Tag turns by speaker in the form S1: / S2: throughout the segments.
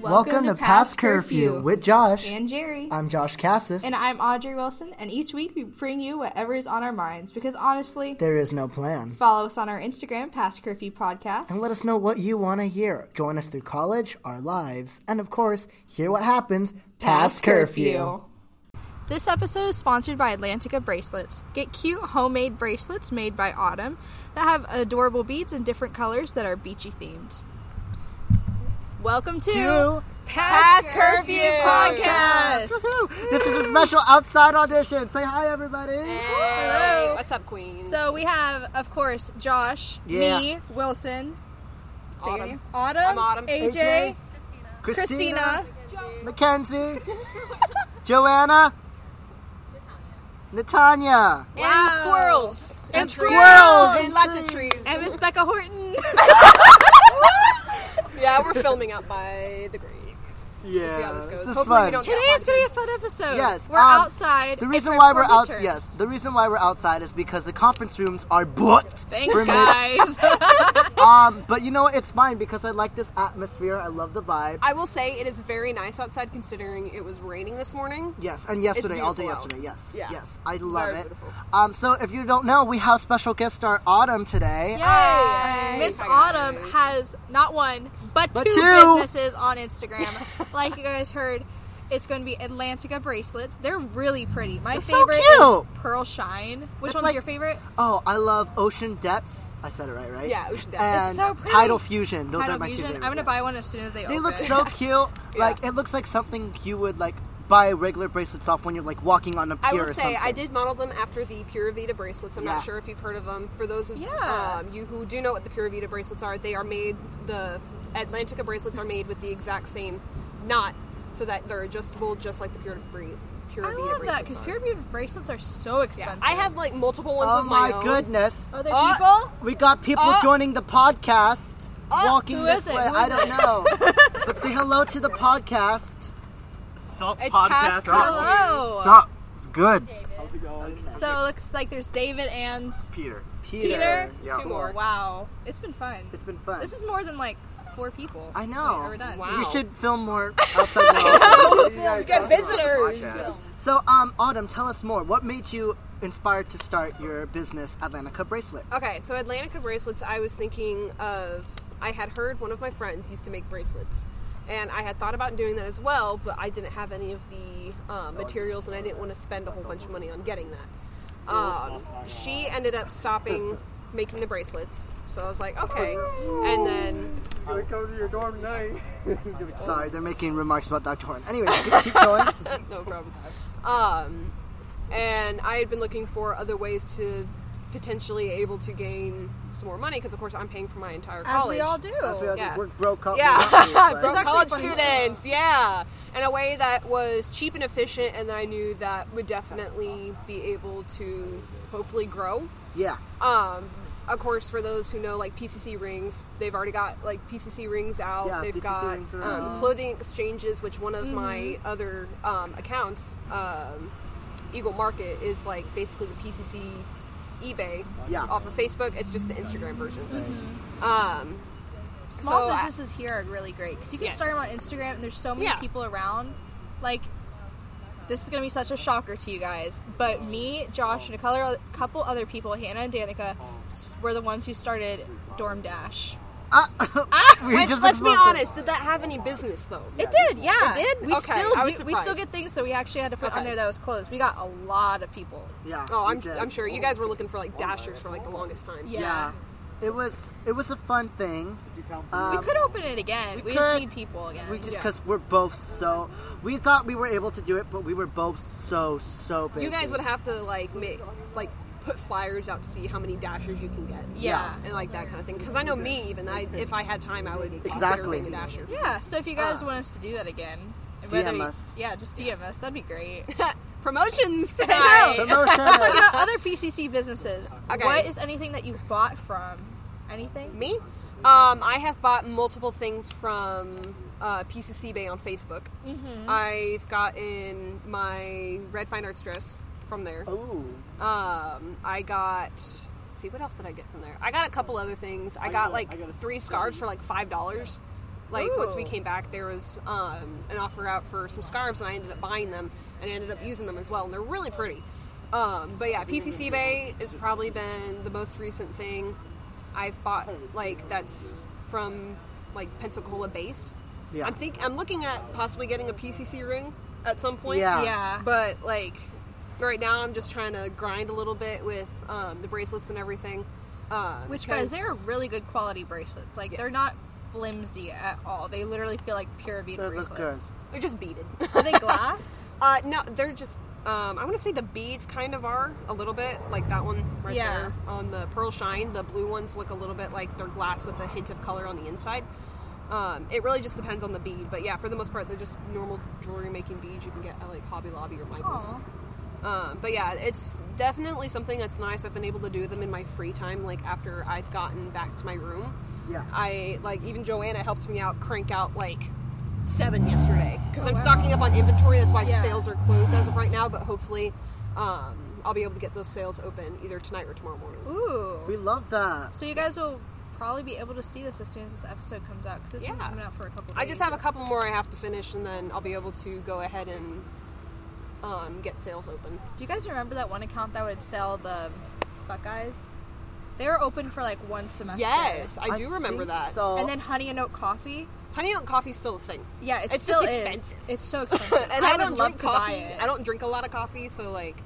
S1: Welcome, to, Past Curfew, with Josh.
S2: and Jerry.
S1: I'm Josh Cassis.
S2: and I'm Audrey Wilson, and each week we bring you whatever is on our minds because honestly,
S1: there is no plan.
S2: follow us on our Instagram, Past Curfew Podcast.
S1: And let us know what you want to hear. Join us through college, our lives, and of course, hear what happens past curfew.
S2: This episode is sponsored by Atlantica Bracelets. Get cute homemade bracelets made by Autumn that have adorable beads in different colors that are beachy themed. Welcome to,
S1: Two.
S2: Past Curfew Podcast.
S1: Woohoo! This is a special outside audition. Say hi, everybody.
S2: Hello.
S3: What's up, Queens?
S2: So we have, of course, Josh, me,
S1: Yeah.
S2: Wilson, say your
S3: Autumn.
S2: name. Autumn,
S3: I'm Autumn.
S2: AJ,
S1: AJ,
S2: Christina,
S1: Mackenzie, Joanna, Natanya,
S3: and
S2: Wow.
S3: squirrels Mm-hmm.
S2: And
S1: squirrels.
S3: and lots of trees.
S2: and Miss Becca Horton.
S3: yeah, we're filming out by the grave.
S1: Yeah,
S3: how this goes.
S1: This is
S3: Hopefully we
S1: fun.
S3: don't-
S2: Today is going to be a fun episode.
S1: Yes,
S2: We're
S1: um,
S2: outside.
S1: The
S2: It's
S1: reason
S2: our
S1: why we're
S2: formal
S1: out,
S2: terms.
S1: yes, the reason why we're outside is because the conference rooms are booked.
S2: Thanks,
S1: for mid-
S2: guys.
S1: um, but you know what? It's fine because I like this atmosphere. I love the vibe.
S3: I will say it is very nice outside considering it was raining this morning.
S1: Yes, and yesterday, all day
S3: beautiful
S1: yesterday.
S3: out.
S1: Yes,
S3: Yeah.
S1: yes, I love
S3: Very
S1: it.
S3: beautiful.
S1: Um, so if you don't know, we have special guest star Autumn today.
S2: Yay!
S3: Yay.
S2: Miss
S3: Hi,
S2: Autumn
S3: guys.
S2: has not one, but,
S1: But
S2: two,
S1: two.
S2: businesses on Instagram. like you guys heard, it's going to be Atlantica bracelets. They're really pretty. My
S1: They're so
S2: favorite
S1: cute.
S2: is Pearl Shine. Which
S1: It's
S2: one's
S1: like-
S2: your favorite?
S1: Oh, I love Ocean Depths. I said it right, right?
S3: Yeah, Ocean Depths.
S1: And
S2: It's so pretty.
S1: Tidal Fusion. Those
S2: Tidal
S1: are my
S2: Fusion.
S1: two
S2: I'm
S1: favorite.
S2: going to
S1: yes.
S2: buy one as soon as they
S1: They
S2: open.
S1: look so cute.
S3: Yeah.
S1: Like it looks like something you would like buy regular bracelets off when you're like walking on a pier
S3: I will
S1: or
S3: say
S1: something.
S3: I did model them after the Pura Vida bracelets. I'm
S1: Yeah.
S3: not sure if you've heard of them. For those of
S2: Yeah.
S3: um, you who do know what the Pura Vida bracelets are, they are made the Atlantica bracelets are made with the exact same knot, so that they're adjustable, just like the Pura, Bra- Pura
S2: I
S3: Vida
S2: love
S3: bracelets
S2: that because
S3: are.
S2: pure beauty bracelets are so
S3: Yeah.
S2: expensive. Oh,
S3: I have like multiple ones
S1: Oh
S3: of my,
S1: my
S3: own.
S1: goodness.
S2: other
S3: Uh,
S2: people.
S1: We got people
S3: Oh.
S1: joining the podcast
S3: Oh,
S1: walking
S2: who
S1: this
S2: is it?
S1: way.
S2: Who
S1: I
S2: is
S1: don't
S2: it?
S1: know. but say hello to the podcast.
S4: Sup,
S3: It's
S4: podcast.
S3: past curfew.
S2: Hello.
S4: Sup. It's good. How's it going?
S2: So it looks like there's David and
S4: Peter.
S1: Peter.
S2: Peter.
S4: Yeah.
S3: Two more.
S2: Wow, it's been fun.
S1: It's been fun.
S2: This is more than like four people.
S1: I know.
S2: Wait, are we done?
S3: Wow.
S1: you should film more outside the
S3: We got visitors.
S4: Podcast.
S1: So, um, Autumn, tell us more. What made you inspired to start your business, Atlantica Bracelets?
S3: Okay, so Atlantica bracelets, I was thinking of. I had heard one of my friends used to make bracelets, and I had thought about doing that as well, but I didn't have any of the uh, materials, and I didn't want to spend a whole bunch of money on getting that. Um, she ended up stopping making the bracelets, so I was like, okay. And then
S4: gonna come to your dorm tonight.
S1: Sorry, they're making remarks about Dr. Horn. Anyway, keep, keep going.
S3: no problem. Um, and I had been looking for other ways to potentially able to gain some more money because, of course, I'm paying for my entire
S2: As
S3: college.
S2: we all do.
S1: That's what
S3: Yeah.
S1: We're broke up.
S3: Yeah,
S2: There's
S3: broke
S2: actually
S3: college
S2: funny
S3: students. Yeah, in a way that was cheap and efficient, and that I knew that would definitely be able to hopefully grow.
S1: Yeah.
S3: Um, of course, for those who know like PCC rings, they've already got like PCC rings out.
S1: Yeah,
S3: they've
S1: PCC
S3: got
S1: rings are out.
S3: um, clothing exchanges, which one of my other um, accounts, um, Eagle Market, is like basically the PCC eBay
S1: Yeah.
S3: off of Facebook. It's just the Instagram version. Um,
S2: Small
S3: So I-
S2: businesses here are really great because you can
S3: Yes.
S2: start them on Instagram, and there's so many
S3: Yeah.
S2: people around. Like, this is gonna be such a shocker to you guys, but me, Josh, and a color, couple other people, Hannah and Danica, s- were the ones who started Dorm Dash.
S1: Uh, We
S3: Which,
S1: just
S3: let's be
S1: exposed them.
S3: honest, did that have any business though?
S2: It did, yeah.
S3: It did?
S2: We
S3: Okay,
S2: still
S3: I was
S2: do, we still
S3: surprised.
S2: get things, so we actually had to put on
S3: Okay.
S2: there that was closed. We got a lot of people.
S1: Yeah.
S3: Oh,
S1: we
S3: I'm,
S1: did.
S3: I'm sure you guys were looking for like dashers for like the longest time.
S2: Yeah.
S1: Yeah. It was it was a fun thing.
S2: We
S1: Um,
S2: could open it again. We,
S1: we
S2: just
S1: could.
S2: need people again.
S1: we just
S3: Yeah.
S1: because we're both so we thought we were able to do it, but we were both so so busy.
S3: You guys would have to like make like put flyers out to see how many dashers you can get.
S2: Yeah.
S3: And like that kind of thing. Because I know me, even I, if I had time, I would consider
S1: Exactly.
S3: being a dasher.
S2: Yeah, so if you guys want us to do that again,
S1: DM
S2: you-
S1: Uh. us.
S2: Yeah, just DM us. That'd be great.
S3: Promotions
S2: I
S3: tonight.
S2: know.
S1: Promotion.
S2: Talk about other PCC businesses.
S3: Okay.
S2: What is anything that you bought from? Anything?
S3: Me, um, I have bought multiple things from uh, PCC Bay on Facebook. Mm-hmm. I've gotten my red fine arts dress from there.
S1: Ooh.
S3: Um, I got. let's See what else did I get from there? I got a couple other things. I got like three scarves for like five dollars. Like once we
S2: Ooh.
S3: came back, there was um, an offer out for some scarves, and I ended up buying them and I ended up using them as well, and they're really pretty. Um, but yeah, PCC Bay has probably been the most recent thing I've bought. Like that's from like Pensacola based.
S1: Yeah.
S3: I'm think I'm looking at possibly getting a PCC ring at some point.
S1: Yeah.
S2: Yeah.
S3: But like right now, I'm just trying to grind a little bit with um, the bracelets and everything. Um,
S2: Which guys,
S3: because-
S2: they're really good quality bracelets. Like they're
S3: Yes.
S2: not flimsy at all. They literally feel like pure bead
S1: They look
S2: bracelets.
S3: they're just beaded.
S2: Are they glass?
S3: uh, no, they're just. Um, I want to say the beads kind of are a little bit like that one right
S2: Yeah.
S3: there on the pearl shine. The blue ones look a little bit like they're glass with a hint of color on the inside. Um, it really just depends on the bead, but yeah, for the most part, they're just normal jewelry making beads you can get at like Hobby Lobby or Michaels.
S2: Aw.
S3: Um, but yeah, it's definitely something that's nice. I've been able to do them in my free time, like after I've gotten back to my room.
S1: Yeah.
S3: I like even Joanna helped me out crank out like seven yesterday because
S2: Oh,
S3: I'm
S2: wow.
S3: stocking up on inventory. That's why
S2: Yeah.
S3: sales are closed as of right now, but hopefully um, I'll be able to get those sales open either tonight or tomorrow morning.
S1: We
S2: Ooh.
S1: love that.
S2: So you guys will probably be able to see this as soon as this episode comes out because this one's
S3: Yeah.
S2: coming out for a couple. Days.
S3: I just have a couple more I have to finish, and then I'll be able to go ahead and um, get sales open.
S2: Do you guys remember that one account that would sell the Buckeyes? They were open for like one semester.
S3: Yes, Oh. I do remember
S1: think
S3: that.
S1: So
S2: And then Honey and Oat Coffee.
S3: Honey Oat Coffee's still a thing.
S2: Yeah, it
S3: It's
S2: still
S3: just
S2: is.
S3: expensive.
S2: It's so expensive.
S3: and
S2: I,
S3: I,
S2: would
S3: don't
S2: love
S3: drink
S2: to
S3: coffee.
S2: buy it.
S3: I don't drink a lot of coffee, so like,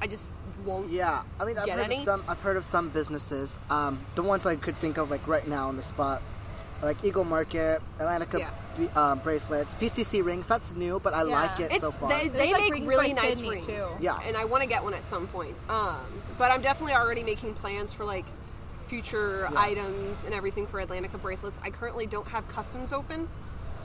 S3: I just won't.
S1: yeah, I mean, I've
S3: Get
S1: heard of
S3: any?
S1: some. I've heard of some businesses. Um, the ones I could think of, like right now on the spot, are like Eagle Market, Atlantica
S3: Yeah.
S1: b- um, bracelets, PCC rings. That's new, but I
S2: Yeah.
S1: like it
S3: It's
S1: so far.
S3: they,
S2: There's,
S3: they
S2: like,
S3: make
S2: rings
S3: really
S2: by
S3: nice
S2: Sydney,
S3: rings.
S2: too.
S1: Yeah.
S3: and I want to get one at some point. Um, but I'm definitely already making plans for like future items and everything for Atlantica bracelets. I currently don't have customs open.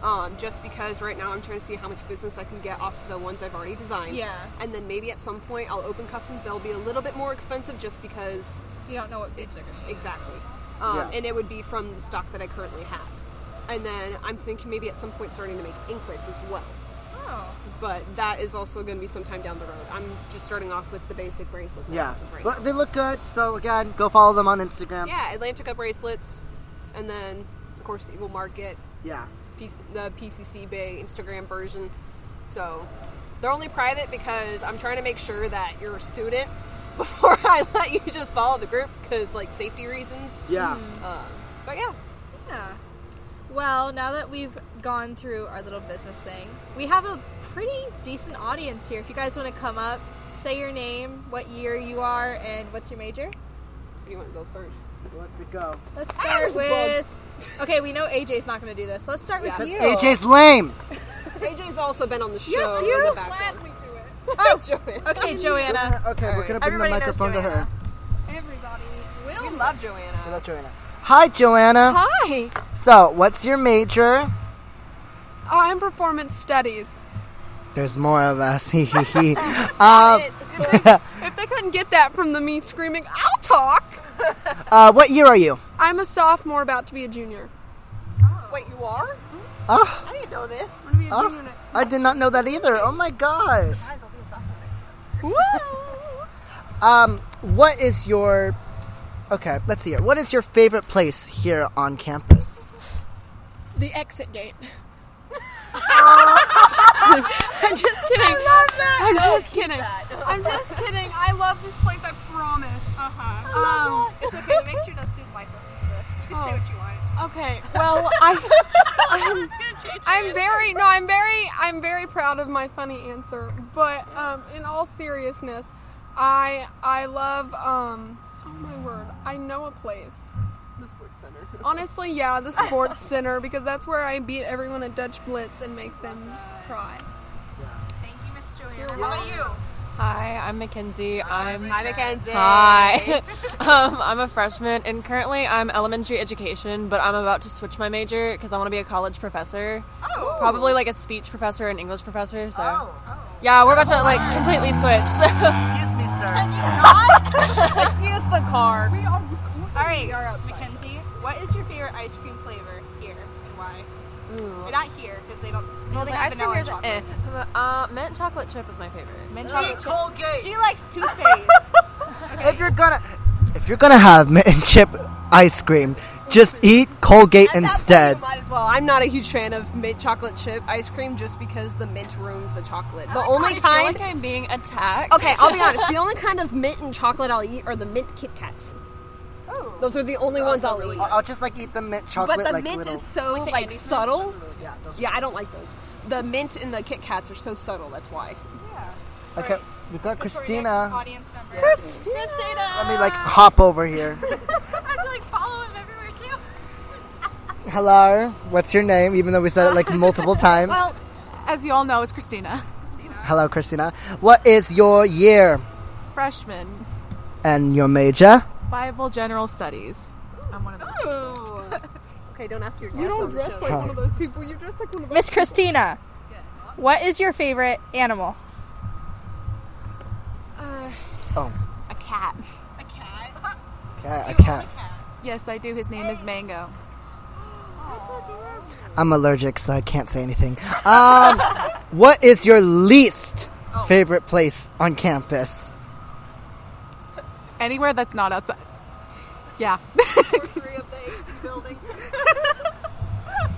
S3: Um, just because right now I'm trying to see how much business I can get off the ones I've already designed.
S2: Yeah.
S3: And then maybe at some point I'll open customs. They'll be a little bit more expensive just because
S2: You don't know what beads are going to be.
S3: Exactly. Um,
S1: Yeah.
S3: And it would be from the stock that I currently have. And then I'm thinking maybe at some point starting to make inklets as well.
S2: Oh.
S3: But that is also going to be sometime down the road. I'm just starting off with the basic bracelets.
S1: yeah,
S3: as of Right
S1: but
S3: now.
S1: they look good. So again, go follow them on Instagram.
S3: yeah, Atlantica bracelets. And then, of course, the Eagle Market,
S1: yeah.
S3: P- the PCC Bay Instagram version. So they're only private because I'm trying to make sure that you're a student before I let you just follow the group because, like, safety reasons.
S1: Yeah.
S3: Um, but yeah.
S2: Yeah. Well, now that we've gone through our little business thing, we have a pretty decent audience here. If you guys want to come up, say your name, what year you are, and what's your major.
S3: Do you want to go first?
S1: Let's go.
S2: Let's
S3: I
S2: start
S3: was
S2: with. Okay, we know AJ's not going to do this. Let's start with
S3: Yeah.
S1: That's
S2: you.
S1: AJ's lame.
S3: AJ's also been on the show.
S2: Yes,
S3: in
S2: you.
S3: the background.
S5: me to it.
S3: Oh, Joanne.
S2: Okay, Joanna.
S1: Okay, we're
S3: Alright.
S1: gonna bring the
S2: Everybody knows
S1: microphone to her.
S2: Joanna.
S5: Everybody will.
S3: We love
S1: I
S3: Joanna.
S1: love Joanna. Hi, Joanna.
S5: Hi.
S1: So, what's your major?
S5: I'm performance studies.
S1: There's more of us. Uh, Hee hee hee.
S5: If they couldn't get that from the me screaming, I'll talk.
S1: Uh, what year are you?
S5: I'm a sophomore, about to be a junior.
S3: Wait, you are?
S1: Oh.
S3: I didn't know this.
S5: I'm gonna be a
S1: Oh,
S5: junior next.
S1: I did not know that either. Oh my gosh.
S5: Woo!
S1: Um, what is your? Okay, let's see here. What is your favorite place here on campus?
S5: The exit gate.
S2: Oh.
S5: I'm just kidding. I love that. I'm just kidding. I'm just kidding. I love this place. I promise. Uh huh. Um,
S2: Uh-huh. It's okay. Make sure that student life listens to this. You can
S5: say what
S2: you want.
S5: Oh. Okay. Well, I. I'm, I'm very no. I'm very. I'm very proud of my funny answer. But um, in all seriousness, I I love. Um, oh my word! I know a place.
S3: The sports center.
S5: Honestly, yeah, the sports center because that's where I beat everyone at Dutch Blitz and make them cry.
S2: Thank you, Miss Joanna. How about you?
S6: Hi, I'm Mackenzie. I'm
S3: Hi, Mackenzie.
S6: hi. um, I'm a freshman, and currently I'm elementary education, but I'm about to switch my major because I want to be a college professor. Oh. Probably like a speech professor and English professor. So. Yeah, we're about to like completely switch. So.
S1: Excuse me, sir.
S3: Excuse the car.
S5: We are recording.
S2: All right, Mackenzie. What is your favorite ice cream flavor here and why? Or not here because they don't. They
S6: Well,
S2: don't
S6: the
S2: have
S6: ice cream
S2: vanilla
S6: here's
S2: chocolate.
S6: eh. Uh, mint chocolate chip is my favorite.
S2: Mint chocolate. chip.
S1: Colgate.
S2: She likes toothpaste.
S1: If you're gonna, if you're gonna have mint and chip ice cream, Just eat Colgate
S3: At that point,
S1: instead.
S3: you might as well. I'm not a huge fan of mint chocolate chip ice cream just because the mint ruins the chocolate. The only
S6: I
S3: kind.
S6: feel like I'm being attacked.
S3: okay, I'll be honest. The only kind of mint and chocolate I'll eat are the mint Kit Kats. Those are the only ones I'll eat.
S1: I'll just like eat the mint chocolate.
S3: But the
S1: like,
S3: mint
S1: little.
S3: is so like, subtle. yeah, I don't like those. The mint and the Kit Kats are so subtle. That's why.
S1: Okay, we uh, got
S2: Next
S1: Christina.
S2: audience member.
S1: Let me like hop over here.
S2: I have to like follow him everywhere too.
S1: Hello, what's your name? Even though we said it like multiple times.
S7: As you all know, it's Christina,
S1: Hello, Christina. What is your year
S7: freshman,
S1: and your major?
S7: Bible General Studies. I'm one of those.
S3: Okay, don't ask your guests. You don't dress
S5: Like one of those people. You dress like one of
S2: Miss Christina, what is your favorite animal?
S7: A cat.
S1: Okay, I can't.
S7: Yes, I do. His name is Mango.
S1: I'm allergic, so I can't say anything. Um, what is your least favorite place on campus?
S7: Anywhere that's not outside. Yeah.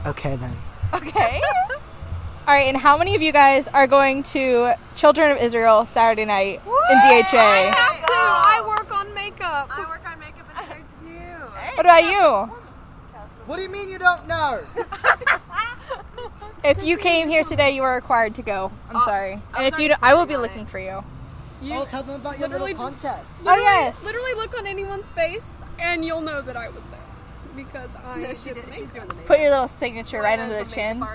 S1: Okay, then.
S2: Okay. All right, and how many of you guys are going to Children of Israel Saturday night in DHA?
S5: have to. I work on makeup.
S2: What about you?
S1: What do you mean you don't know?
S2: If you came here today, you are required to go. Oh, I'm sorry. And if you, don't, I will be looking for you.
S1: oh, tell them about your
S5: literally
S1: little
S5: just-
S1: contest.
S2: Oh yes.
S5: Literally look on anyone's face, and you'll know that I was there because I did the makeup.
S2: Put your little signature right under the chin. All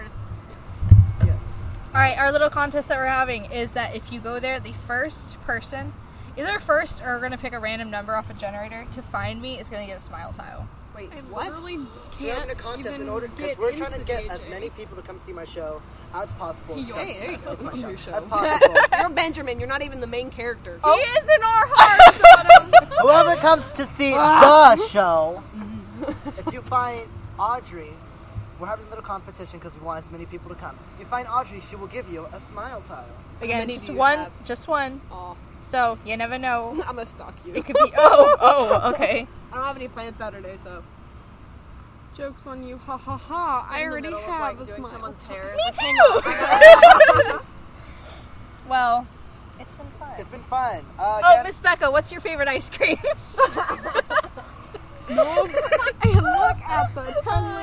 S2: right, our little contest that we're having is that if you go there, the first person, either first or we're gonna pick a random number off a generator to find me is gonna get a smile tile.
S3: Wait,
S5: I
S3: what?
S5: literally can't
S1: We're having a contest in order because
S5: because
S1: we're trying to get as many people to come see my show as possible. and stuff.
S3: Hey, there you go. It's my show. Oh.
S1: As possible.
S3: You're Benjamin. You're not even the main character.
S2: He is in our hearts.
S1: Whoever comes to see the show, if you find Audrey, we're having a little competition because we want as many people to come. If you find Audrey, she will give you a smile tile.
S2: Again,
S3: many
S2: just
S3: do you
S2: one,
S3: have?
S2: just one.
S3: Oh,
S2: So you never know.
S3: I'm gonna stalk you.
S2: It could be. Oh, oh, okay.
S3: I don't have any plans Saturday, so
S5: Jokes on you, ha ha ha! I already have a smile.
S6: hair.
S2: Well, it's been fun.
S1: It's been fun. Uh,
S2: Oh,
S1: Gab-
S2: Miss Becca, what's your favorite ice cream?
S5: and look at the time.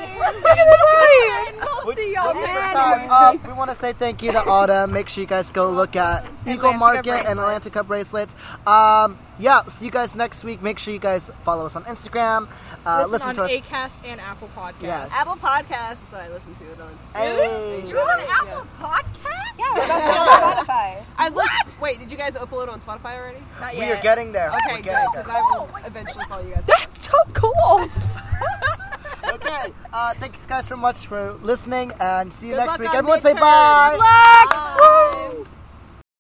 S1: we-
S5: y'all
S1: we-
S5: next
S1: time. Uh, we want to say thank you to Autumn. Make sure you guys go look at Eagle
S2: Atlantica
S1: Market and
S2: bracelets.
S1: Atlantica bracelets. Um, yeah, see you guys next week. Make sure you guys follow us on Instagram. Uh, listen,
S2: on
S1: to us.
S2: Acast and Apple Podcast.
S1: yes.
S3: Apple Podcasts. I listen to it on.
S1: Hey.
S3: Apple.
S2: Spotify.
S3: I looked, Wait, did you guys upload on Spotify already?
S2: Not
S1: We
S2: yet.
S1: are getting there. We're
S3: Okay, good,
S1: getting there.
S3: because I will eventually follow you guys.
S2: That's so cool.
S1: okay. Uh, thanks, guys, so much for listening, and see you
S3: Good
S1: next
S3: luck
S1: week.
S3: on
S1: Everyone, say
S3: midterms.
S1: bye.
S2: Look. Woo.